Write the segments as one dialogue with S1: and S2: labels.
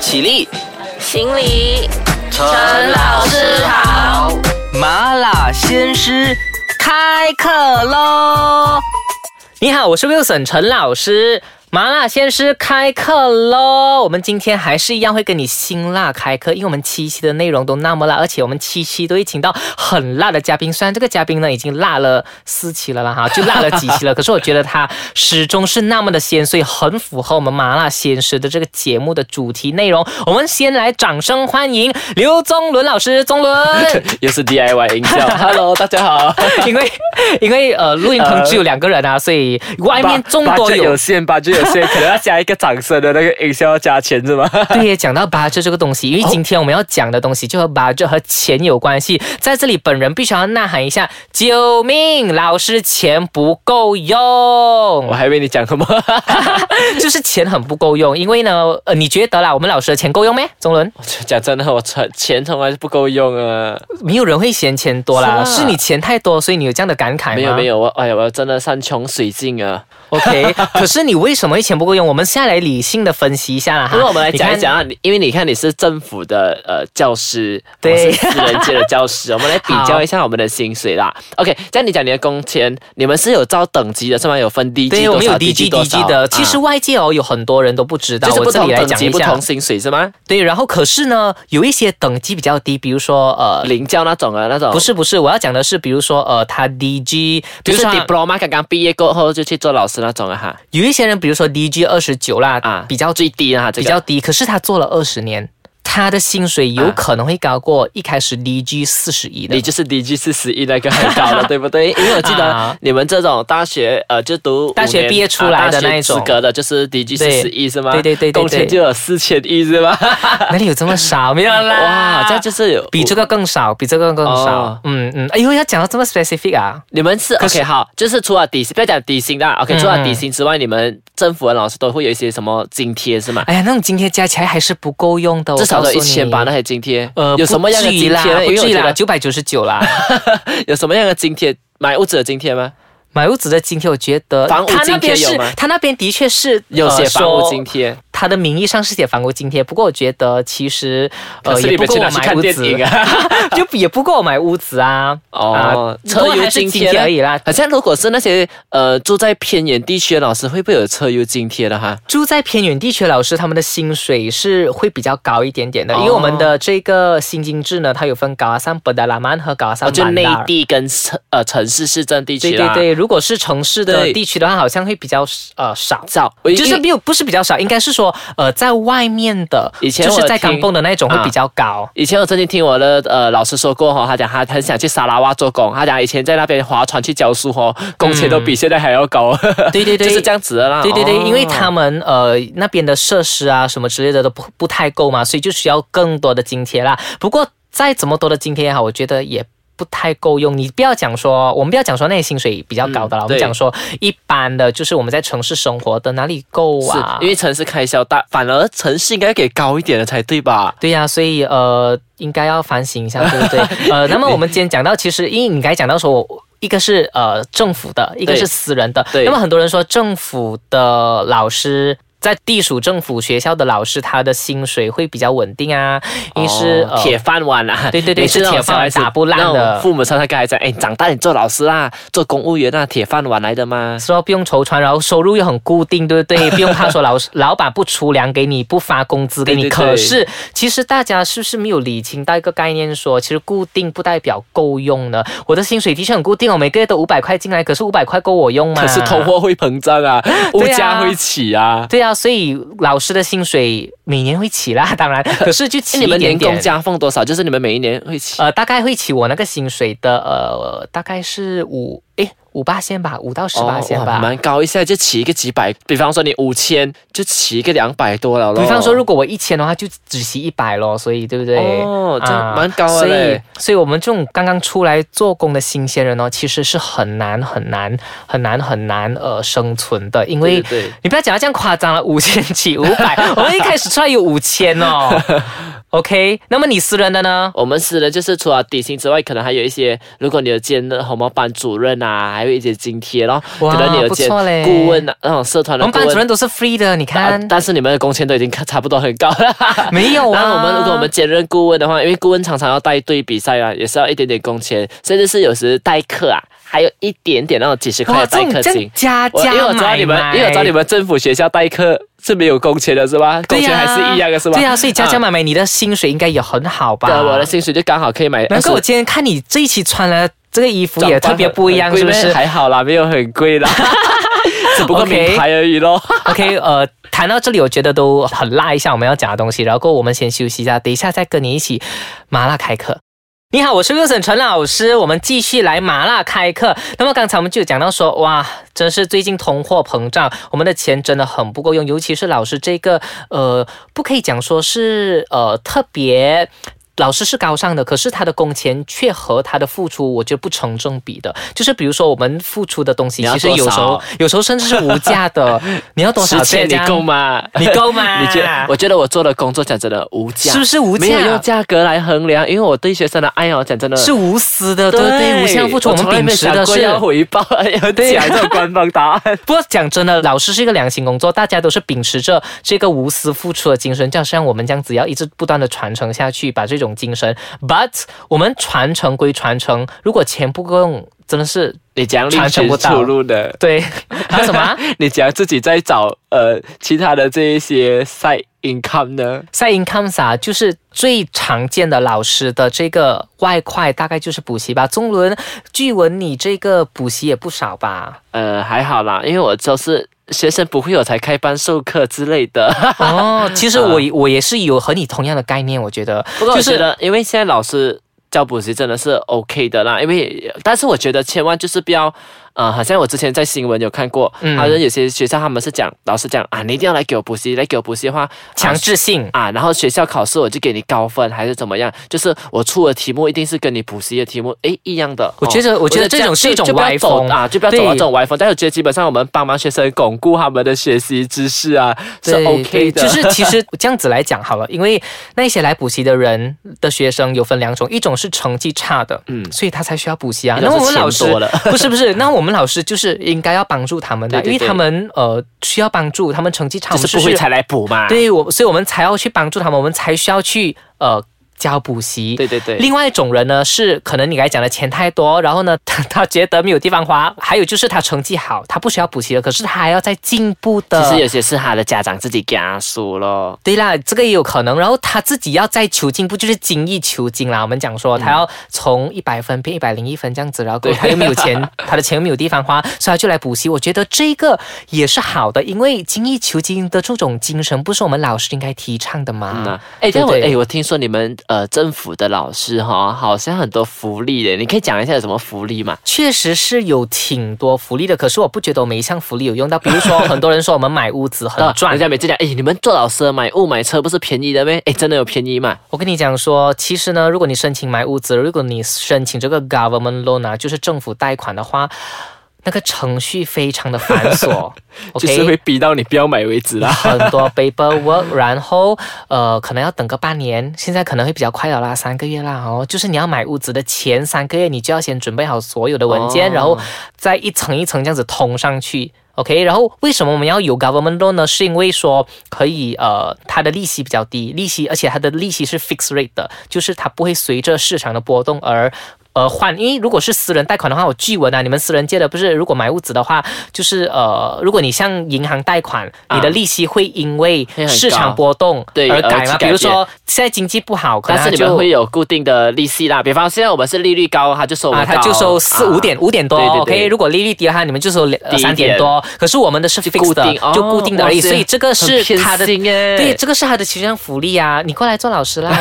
S1: 起立，
S2: 行礼，
S1: 陈
S2: 陈老师好，
S1: 麻辣鲜师开课喽！
S3: 你好，我是 Wilson 陈老师。麻辣鲜师开课喽！我们今天还是一样会跟你辛辣开课，因为我们七期的内容都那么辣，而且我们七期都会请到很辣的嘉宾。虽然这个嘉宾呢已经辣了四期了啦 哈，就辣了几期了，可是我觉得他始终是那么的鲜，所以很符合我们麻辣鲜师的这个节目的主题内容。我们先来掌声欢迎刘宗伦老师，宗伦。
S4: 又是 DIY 营销，Hello，大家好。
S3: 因为因为呃录音棚只有两个人啊，所以外面众多
S4: budget 有限，八 e 有限，可能要加一个掌声的那个营销要加钱是吗？
S3: 对，讲到 budget 这个东西，因为今天我们要讲的东西就和 budget 和钱有关系，在这里本人必须要呐喊一下：救命！老师，钱不够
S4: 我
S3: 用，
S4: 还以为你讲什么，
S3: 就是钱很不够用。因为呢，呃，你觉得啦，我们老师的钱够用没？钟伦，
S4: 讲真的，我钱钱从来是不够用啊。
S3: 没有人会嫌钱多啦，
S4: 是啊
S3: 是你钱太多，所以你有这样的感慨吗？
S4: 没有没有，我哎呀，我真的山穷水尽啊。
S3: OK，可是你为什么会钱不够用？我们下来理性的分析一下啦哈。
S4: 不过我们来
S3: 你看
S4: 讲一讲啊，你因为你看你是政府的呃教师，
S3: 对
S4: 我是私人界的教 师，我们来比
S3: 好
S4: 较一下我们的薪水啦。OK，这样你讲你的工钱，你们是有照等级的是吗？有分低级
S3: 对，我
S4: 多
S3: 们有
S4: 少，低
S3: DG
S4: 级多
S3: DG
S4: 少？
S3: 的，其实
S4: 啊
S3: 外界哦有很多人都不知道，
S4: 就是
S3: 我
S4: 不
S3: 这里
S4: 同
S3: 来
S4: 等
S3: 讲
S4: 级
S3: 一
S4: 不
S3: 下
S4: 同。薪水是吗？
S3: 对，然后可是呢，有一些等级比较低，比如说呃，
S4: 领教那种啊，那种
S3: 不是不是，我要讲的是，比如说呃，他 DG，比
S4: 就
S3: 如
S4: 是
S3: 说啊他
S4: diploma 刚刚毕业过后就去做老师那种啊哈，
S3: 有一些人，比如说 DG 二十九啦，
S4: 啊
S3: 比较
S4: 最低啊，这
S3: 比
S4: 个
S3: 较低，可是他做了二十年，他的薪水有
S4: 啊
S3: 可能会高过一开始 DG 四十一的
S4: 你。就是 DG 四十一那个很高 了，对不对？因为我记
S3: 啊
S4: 得你们这种大学呃就读五
S3: 大学
S4: 年
S3: 毕业出来
S4: 啊
S3: 的
S4: 大学
S3: 那一种
S4: 资格的，就是 DG 四十一是吗？
S3: 对对对对对
S4: 工钱就有四千一是吗？
S3: 啊哪里有这么少？没有啦，
S4: 哇，这样就是有
S3: 比这个更少，比这个更少。
S4: 哦
S3: 嗯嗯，哎呦，要讲到这么 specific 啊？
S4: 你们是 OK 好，就是除了底薪，不要讲底薪啦，OK，
S3: 嗯
S4: 除了底薪之外，你们政府的老师都会有一些什么津贴是吗？
S3: 哎呀，那种津贴加起来还是不够用的，我
S4: 至少
S3: 告
S4: 都
S3: 诉
S4: 一千
S3: 你
S4: 吧，那些津贴，
S3: 呃，
S4: 有什么样的
S3: 不至
S4: 津
S3: 于啦
S4: 贴呢？
S3: 不
S4: 因为我
S3: 至于
S4: 觉
S3: 啦，
S4: 得
S3: 九百九十九啦。
S4: 有什么样的津贴？买屋子的津贴吗？
S3: 买屋子的津贴，我觉得
S4: 房屋
S3: 他那
S4: 津
S3: 边
S4: 贴
S3: 是
S4: 有吗，
S3: 他那边的确是
S4: 有写房屋津
S3: 贴，
S4: 贴。
S3: 他的名义上是写房屋津贴，不过我觉得其实
S4: 可是
S3: 也
S4: 你
S3: 不
S4: 们
S3: 够
S4: 去
S3: 我
S4: 拿去
S3: 买
S4: 看
S3: 屋
S4: 电
S3: 子
S4: 影，啊？
S3: 就也不够我买屋子啊。
S4: 哦
S3: 啊，不过还是津贴而已啦。
S4: 好像如果是那些呃住在偏远地区的老师，会不会有车油津贴的哈？
S3: 住在偏远地区的老师，他们的薪水是会比较高一点点的，
S4: 哦
S3: 因为我们的这个薪金制呢，它有分高阿三本达拉曼和高阿
S4: 哦，
S3: 三
S4: 就
S3: 曼
S4: 内
S3: 达。
S4: 地跟城呃城市市政地
S3: 对
S4: 区
S3: 对
S4: 啦。
S3: 对，如果是城市的
S4: 对
S3: 地区的话，好像会比较呃少。
S4: 早，我
S3: 就是没有不是比较少，应该是说呃，在外面的，
S4: 以前
S3: 就
S4: 我
S3: 是在
S4: 听
S3: 港蹦的那种会比较高。
S4: 以前我曾经听我的呃老师说过哈、哦，他讲他很想去沙拉哇做工，他讲以前在那边划船去教书哦，工钱都比现在还要高，
S3: 对对 对，
S4: 就是这样子的啦。
S3: 对对对，
S4: 哦
S3: 因为他们呃那边的设施啊什么之类的都不不太够嘛，所以就需要更多的津贴啦。不过再怎么多的津贴也好，我觉得也。不太够用，你不要讲说，我们不要讲说那些薪水比较高的啦，
S4: 嗯
S3: 我们
S4: 对
S3: 讲说一般的，就是我们在城市生活的哪里够
S4: 是
S3: 啊？
S4: 因为城市开销大，反而城市应该给高一点的才对吧？
S3: 对呀、所以呃，应该要反省一下，对不对？ 呃，那么我们今天讲到，其实因为你刚才讲到说，我一个是呃政府的，一个
S4: 对
S3: 是私人的。
S4: 对
S3: 那么很多人说，政府的老师。在地属政府学校的老师，他的薪水会比较稳定啊，因为是、
S4: 哦铁饭碗啊，
S3: 对对对
S4: 每次那种
S3: 是铁饭碗
S4: 小孩子
S3: 打不烂的
S4: 那种父母常常跟孩子讲，哎，长大你做老师啦，做公务员啊，铁饭碗来的嘛
S3: 呃，。说不用愁穿，然后收入又很固定，对不对？ 不用怕说老师老板不出粮给你，不发工资给你。
S4: 对对对
S3: 可是其实大家是不是没有理清到一个概念说，其实固定不代表够用呢？我的薪水的确很固定哦，我每个月都五百块进来，可是五百块够我用吗？
S4: 可是通。货会膨胀 啊，物价会起啊。
S3: 对啊，所以老师的薪水每年会起啦，当然，可是就
S4: 哎
S3: 起
S4: 你
S3: 一
S4: 们年
S3: 点
S4: 工
S3: 点。
S4: 加俸多少？就是你们每一年会起
S3: 呃，大概会起我那个薪水的呃，大概是五诶五八仙吧，五到十八仙
S4: 哦
S3: 吧
S4: 哇。蛮高一下就起一个几百。比方说你五千，就起一个两百多了咯。
S3: 比方说，如果我一千的话，就只息一百咯，所以对不对？啊
S4: 哦这样蛮高的
S3: 所以
S4: 嘞，
S3: 所以我们这种刚刚出来做工的新鲜人哦，其实是很难很难很难很难呃生存的，因为
S4: 对对对
S3: 你不要讲到这样夸张了，五千起五百，我们一开始出来有五千哦， OK，那么你私人的呢？
S4: 我们私人就是除了底薪之外，可能还有一些，如果你有兼什么班主任啊，还有一些津贴咯，
S3: 哇
S4: 可能你有兼
S3: 不错嘞
S4: 顾问啊，那种社团
S3: 我
S4: 的
S3: 们
S4: 顾
S3: 班主
S4: 问
S3: 任。都是 free 的，你
S4: 啊
S3: 看，
S4: 但是你们的工钱都已经差不多很高 了。
S3: 没有
S4: 然
S3: 啊？
S4: 后我们如果我们兼任顾问的话，因为顾问常常要带队比赛啊，也是要一点点工钱，甚至是有时代课啊，还有一点点那种几十块
S3: 哇，
S4: 的
S3: 这
S4: 代
S3: 种
S4: 课
S3: 这样
S4: 金。
S3: 加
S4: 我因为
S3: 加
S4: 我知道
S3: 买
S4: 你们，
S3: 买，
S4: 因为我知道你们政府学校代课是没有工钱的是吧？工
S3: 对
S4: 钱
S3: 呀
S4: 还是一样的是吧？
S3: 对呀，所以加加
S4: 啊
S3: 买买，你的薪水应该也很好吧？
S4: 对啊我的薪水就刚好可以买。
S3: 难怪我今天看你这一期穿了这个衣服
S4: 转
S3: 也
S4: 换
S3: 特别
S4: 很
S3: 不一样，
S4: 很贵
S3: 是不是
S4: 咩还好啦，没有很贵 啦，只不过
S3: OK
S4: 名牌而已咯。
S3: ？OK，呃，谈到这里，我觉得都很辣一下我们要讲的东西，然后我们先休息一下，等一下再跟你一起麻辣开课。你好，我是 Wilson 陈老师，我们继续来麻辣开课。那么刚才我们就有讲到说，哇，真是最近通货膨胀，我们的钱真的很不够用，尤其是老师这个，呃，不可以讲说是呃特别。老师是高尚的，可是他的工钱却和他的付出，我觉得不成正比的。就是比如说，我们付出的东西，
S4: 你要
S3: 其实有
S4: 多
S3: 时
S4: 少
S3: 候，有时候甚至是无价 的。你要多少
S4: 十千你
S3: 这样
S4: 够？吗？
S3: 你够啊吗？
S4: 你觉得？我觉得我做的工作讲真的无价，
S3: 是不是无价
S4: 没有用价格来衡量，因为我对学生的爱哦，讲真的
S3: 是无私的，对不对？无项付出，我们
S4: 从来
S3: 秉
S4: 没
S3: 持
S4: 想
S3: 的
S4: 过
S3: 是
S4: 要回报，要
S3: 对
S4: 讲这种官方答 案。
S3: 不过讲真的，老师是一个良心工作，大家都是秉持着这个无私付出的精神，就好像我们这样子要一直不断的传承下去，把这种精神。But 我们传承归传承，如果钱不够用，真的是
S4: 你讲另
S3: 传承
S4: 寻
S3: 不到
S4: 出路的，
S3: 对。 还有什么啊
S4: 你讲自己在找呃其他的这一些 side income 呢？
S3: 赛 income 啥，就是最常见的老师的这个外快，大概就是补习吧。中伦，据闻你这个补习也不少吧？
S4: 呃，还好啦，因为我都是学生不会，我才开班授课之类的。
S3: 哦，其实我我也是有和你同样的概念，我觉得，
S4: 不过我
S3: 就
S4: 觉
S3: 是
S4: 得，因为现在老师教补习真的是 OK 的啦，因为但是我觉得千万就是不要。呃，好像我之前在新闻有看过，
S3: 嗯
S4: 好像有些学校他们是讲，老师讲啊，你一定要来给我补习，来给我补习的话，
S3: 强
S4: 啊
S3: 制性。
S4: 啊，然后学校考试我就给你高分还是怎么样？就是我出的题目一定是跟你补习的题目诶一样的。
S3: 我觉得
S4: 哦
S3: 我觉得这种
S4: 样
S3: 是一种
S4: 就不要
S3: 歪
S4: 走
S3: 风
S4: 啊，就不要走
S3: 对
S4: 到这种歪风。但我觉得基本上我们帮忙学生巩固他们的学习知识啊是
S3: 对
S4: OK
S3: 对
S4: 的，
S3: 就是其 实这样子来讲好了，因为那些来补习的人的学生有分两种，一种是成绩差的，嗯，所以他才需要补习啊。
S4: 一
S3: 那
S4: 种是
S3: 我们老师
S4: 钱多了
S3: 不是不是，那我们老师就是应该要帮助他们的，
S4: 对对
S3: 因为他们呃需要帮助，他们成绩差，
S4: 就是不会啊才来补嘛。
S3: 对我，所以我们才要去帮助他们，我们才需要去呃教补习。
S4: 对对对
S3: 另外一种人呢，是可能你刚才讲的钱太多，然后呢， 他他觉得没有地方花，还有就是他成绩好，他不需要补习了，可是他还要再进步的。
S4: 其实有些是他的家长自己给他说咯。
S3: 对啦，这个也有可能。然后他自己要再求进步，就是精益求精啦。我们讲说，他要从一百分变一百零一分这样子，然后过后他又没有 钱，他的钱又没有地方花，所以他就来补习。我觉得这个也是好的，因为精益求精的这种精神，不是我们老师应该提倡的吗？
S4: 嗯啊，哎，但我
S3: 对对
S4: 哎，我听说你们呃政府的老师哈、好像很多福利的，你可以讲一下有什么福利吗？
S3: 确实是有挺多福利的，可是我不觉得我每一项福利有用到。比 如说，很多人说我们买屋子很赚
S4: 人，家每次讲，哎，你们做老师的买物买车不是便宜的咩？哎，真的有便宜 吗？
S3: 我跟你讲说，其实呢，如果你申请买屋子，如果你申请这个 government loan 啊，就是政府贷款的话，那个程序非常的繁 琐，OK，
S4: 就是会逼到你不要买为止啦。
S3: 很多 paperwork，然后呃，可能要等个半年，现在可能会比较快了啦，三个月啦哦。就是你要买屋子的前三个月，你就要先准备好所有的文件，
S4: 哦
S3: 然后再一层一层这样子通上去。OK，然后为什么我们要有 government loan 呢？是因为说可以呃，它的利息比较低，利息而且它的利息是 fixed rate 的，就是它不会随着市场的波动而。呃，换，因为如果是私人贷款的话，我据闻啊，你们私人借的不是，如果买屋子的话，就是呃，如果你向银行贷款，
S4: 啊
S3: 你的利息会因为
S4: 会很
S3: 市场
S4: 高
S3: 波动
S4: 对
S3: 而
S4: 而
S3: 改吗？
S4: 去
S3: 比
S4: 改变
S3: 如说现在经济不好，可
S4: 但
S3: 能
S4: 是
S3: 它
S4: 你们
S3: 就
S4: 会有固定的利息啦，比方现在我们是利率高，他就收我
S3: 啊，
S4: 们
S3: 他就
S4: 高
S3: 收四
S4: 啊
S3: 五点五点多
S4: 对对对
S3: ，OK。如果利率低的话，你们就收两呃
S4: 低一
S3: 三
S4: 点
S3: 点多。可是我们的是 fixed
S4: 固
S3: 的
S4: 定，哦
S3: 就固定的而已，
S4: 哇塞
S3: 所以这个是
S4: 很偏
S3: 他的。
S4: 心欸耶
S3: 对，这个是他的其中一项福利啊！你过来做老师 啦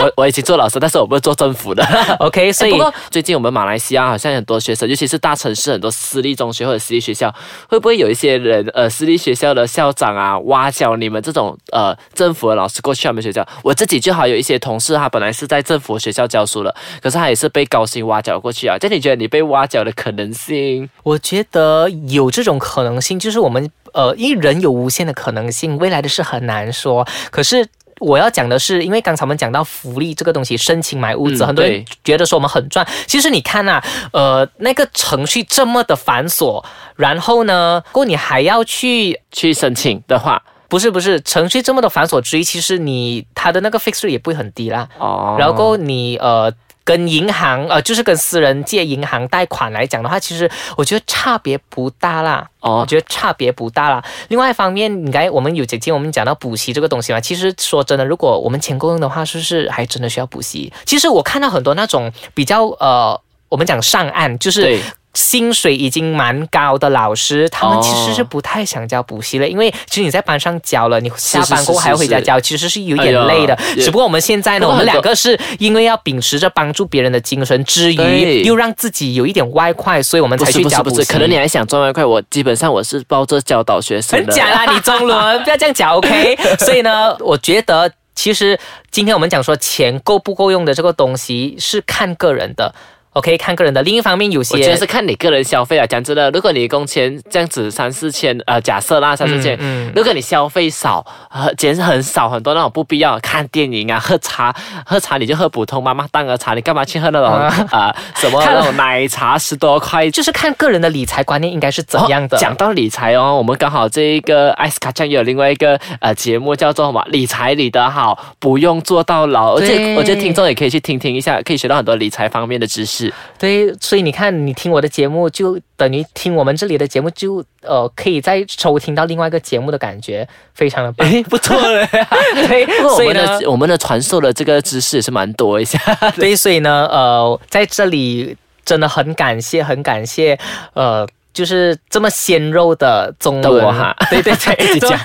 S4: 我我已经做老师，但是我不是做政府的。
S3: ，OK？所
S4: 哎
S3: 以
S4: 不过最近我们马来西亚好像很多学生，尤其是大城市很多私立中学或者私立学校，会不会有一些人呃私立学校的校长啊挖角你们这种呃政府的老师过去他们学校？我自己就好有一些同事，他本来是在政府学校教书了，可是他也是被高薪挖角过去啊。这样你觉得你被挖角的可能性？
S3: 我觉得有这种可能性，就是我们呃，因为人有无限的可能性，未来的事很难说。可是我要讲的是，因为刚才我们讲到福利这个东西，申请买屋子，
S4: 嗯
S3: 很多人
S4: 对
S3: 觉得说我们很赚，其实你看呐、呃，那个程序这么的繁琐，然后呢，过你还要去。
S4: 去申请的话，
S3: 不是不是，程序这么的繁琐之一，其实你它的那个 fix rate 也不会很低啦。
S4: 哦，
S3: 然后你呃跟银行呃就是跟私人借银行贷款来讲的话，其实我觉得差别不大啦。我
S4: 哦，
S3: 觉得差别不大啦。另外一方面，你刚才我们有姐姐我们讲到补习这个东西嘛，其实说真的，如果我们钱够用的话，是不是还真的需要补习？其实我看到很多那种比较呃，我们讲上岸，就是
S4: 对，
S3: 薪水已经蛮高的老师，他们
S4: 哦
S3: 其实是不太想教补习了，因为其实你在班上教了，你下
S4: 是是
S3: 班过后还要回家教，其实是有点累的
S4: 哎呀。也
S3: 只不过我们现在呢，
S4: 不过
S3: 我们
S4: 很
S3: 两
S4: 多
S3: 个是因为要秉持着帮助别人的精神之余，
S4: 对
S3: 又让自己有一点外快，所以我们
S4: 不
S3: 才
S4: 是
S3: 去
S4: 不
S3: 教
S4: 是
S3: 补
S4: 不
S3: 习
S4: 是，。可能你还想赚外快，我基本上我是抱着教导学生
S3: 很
S4: 的，
S3: 假啦，你中伦，不要这样讲，OK？所 以呢，我觉得其实今天我们讲说钱够不够用的这个东西是看个人的，OK？看个人的。另一方面，有些
S4: 我觉得是看你个人消费啊。讲真的，如果你工钱这样子三四千，呃，假设啦三四千，
S3: 嗯
S4: 如果你消费少，呃，钱很少，很多那种不必要，看电影啊，喝茶，喝茶你就喝普通妈妈档的茶，你干嘛去喝那种啊、呃什么
S3: 看
S4: 那种奶茶十多块？
S3: 就是看个人的理财观念应该是怎样的。
S4: 哦讲到理财哦，我们刚好这一个艾斯卡酱也有另外一个呃节目叫做什么“理财理得好，不用做到老”，而
S3: 对
S4: 且我觉得听众也可以去听听一下，可以学到很多理财方面的知识。
S3: 对，所以你看，你听我的节目，就等于听我们这里的节目就，呃可以再收听到另外一个节目的感觉，非常的棒。
S4: 哎，不错嘞。
S3: 对，
S4: 不过我
S3: 所以
S4: 们
S3: 呢，
S4: 的我们的传授的这个知识也是蛮多一下，
S3: 对，所以呢，呃，在这里真的很感谢，很感谢，呃，就是这么鲜肉的中
S4: 的
S3: 伦
S4: 我 哈，
S3: 对对
S4: 己
S3: 对，这么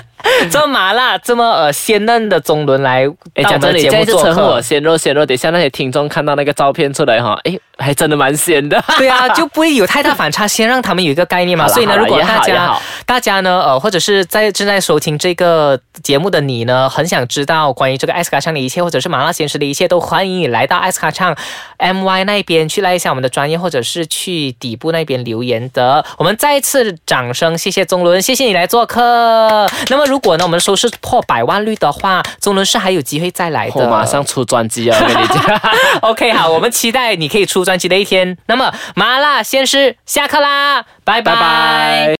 S3: 这么麻辣，这么呃鲜嫩的中伦来
S4: 哎，
S3: 到我
S4: 讲
S3: 们
S4: 真
S3: 的
S4: 的，你
S3: 节
S4: 这
S3: 目
S4: 一次
S3: 做
S4: 称呼我
S3: 客，
S4: 鲜肉鲜肉，等一下那些听众看到那个照片出来哈，哎，还真的蛮鲜的。
S3: 对啊，就不会有太大反差，先让他们有一个概念嘛。
S4: 好啦
S3: 所以呢，
S4: 好啦
S3: 如果
S4: 也
S3: 大
S4: 好也
S3: 家
S4: 好
S3: 大家呢，呃，或者是在正在收听这个节目的你呢，很想知道关于这个艾斯卡唱的一切，或者是麻辣鲜食的一切，都欢迎你来到艾斯卡唱 MY 那边去来一下我们的专业，或者是去底部那边留言的。我们再一次掌声，谢谢宗伦，谢谢你来做客。那么如果呢，我们收视破百万率的话，宗伦是还有机会再来
S4: 我
S3: 的。
S4: 马上出专辑啊！我跟你讲，
S3: OK，好，我们期待你可以出专辑的一天。那么麻辣鲜师下课啦，拜
S4: 拜
S3: 拜。
S4: 拜。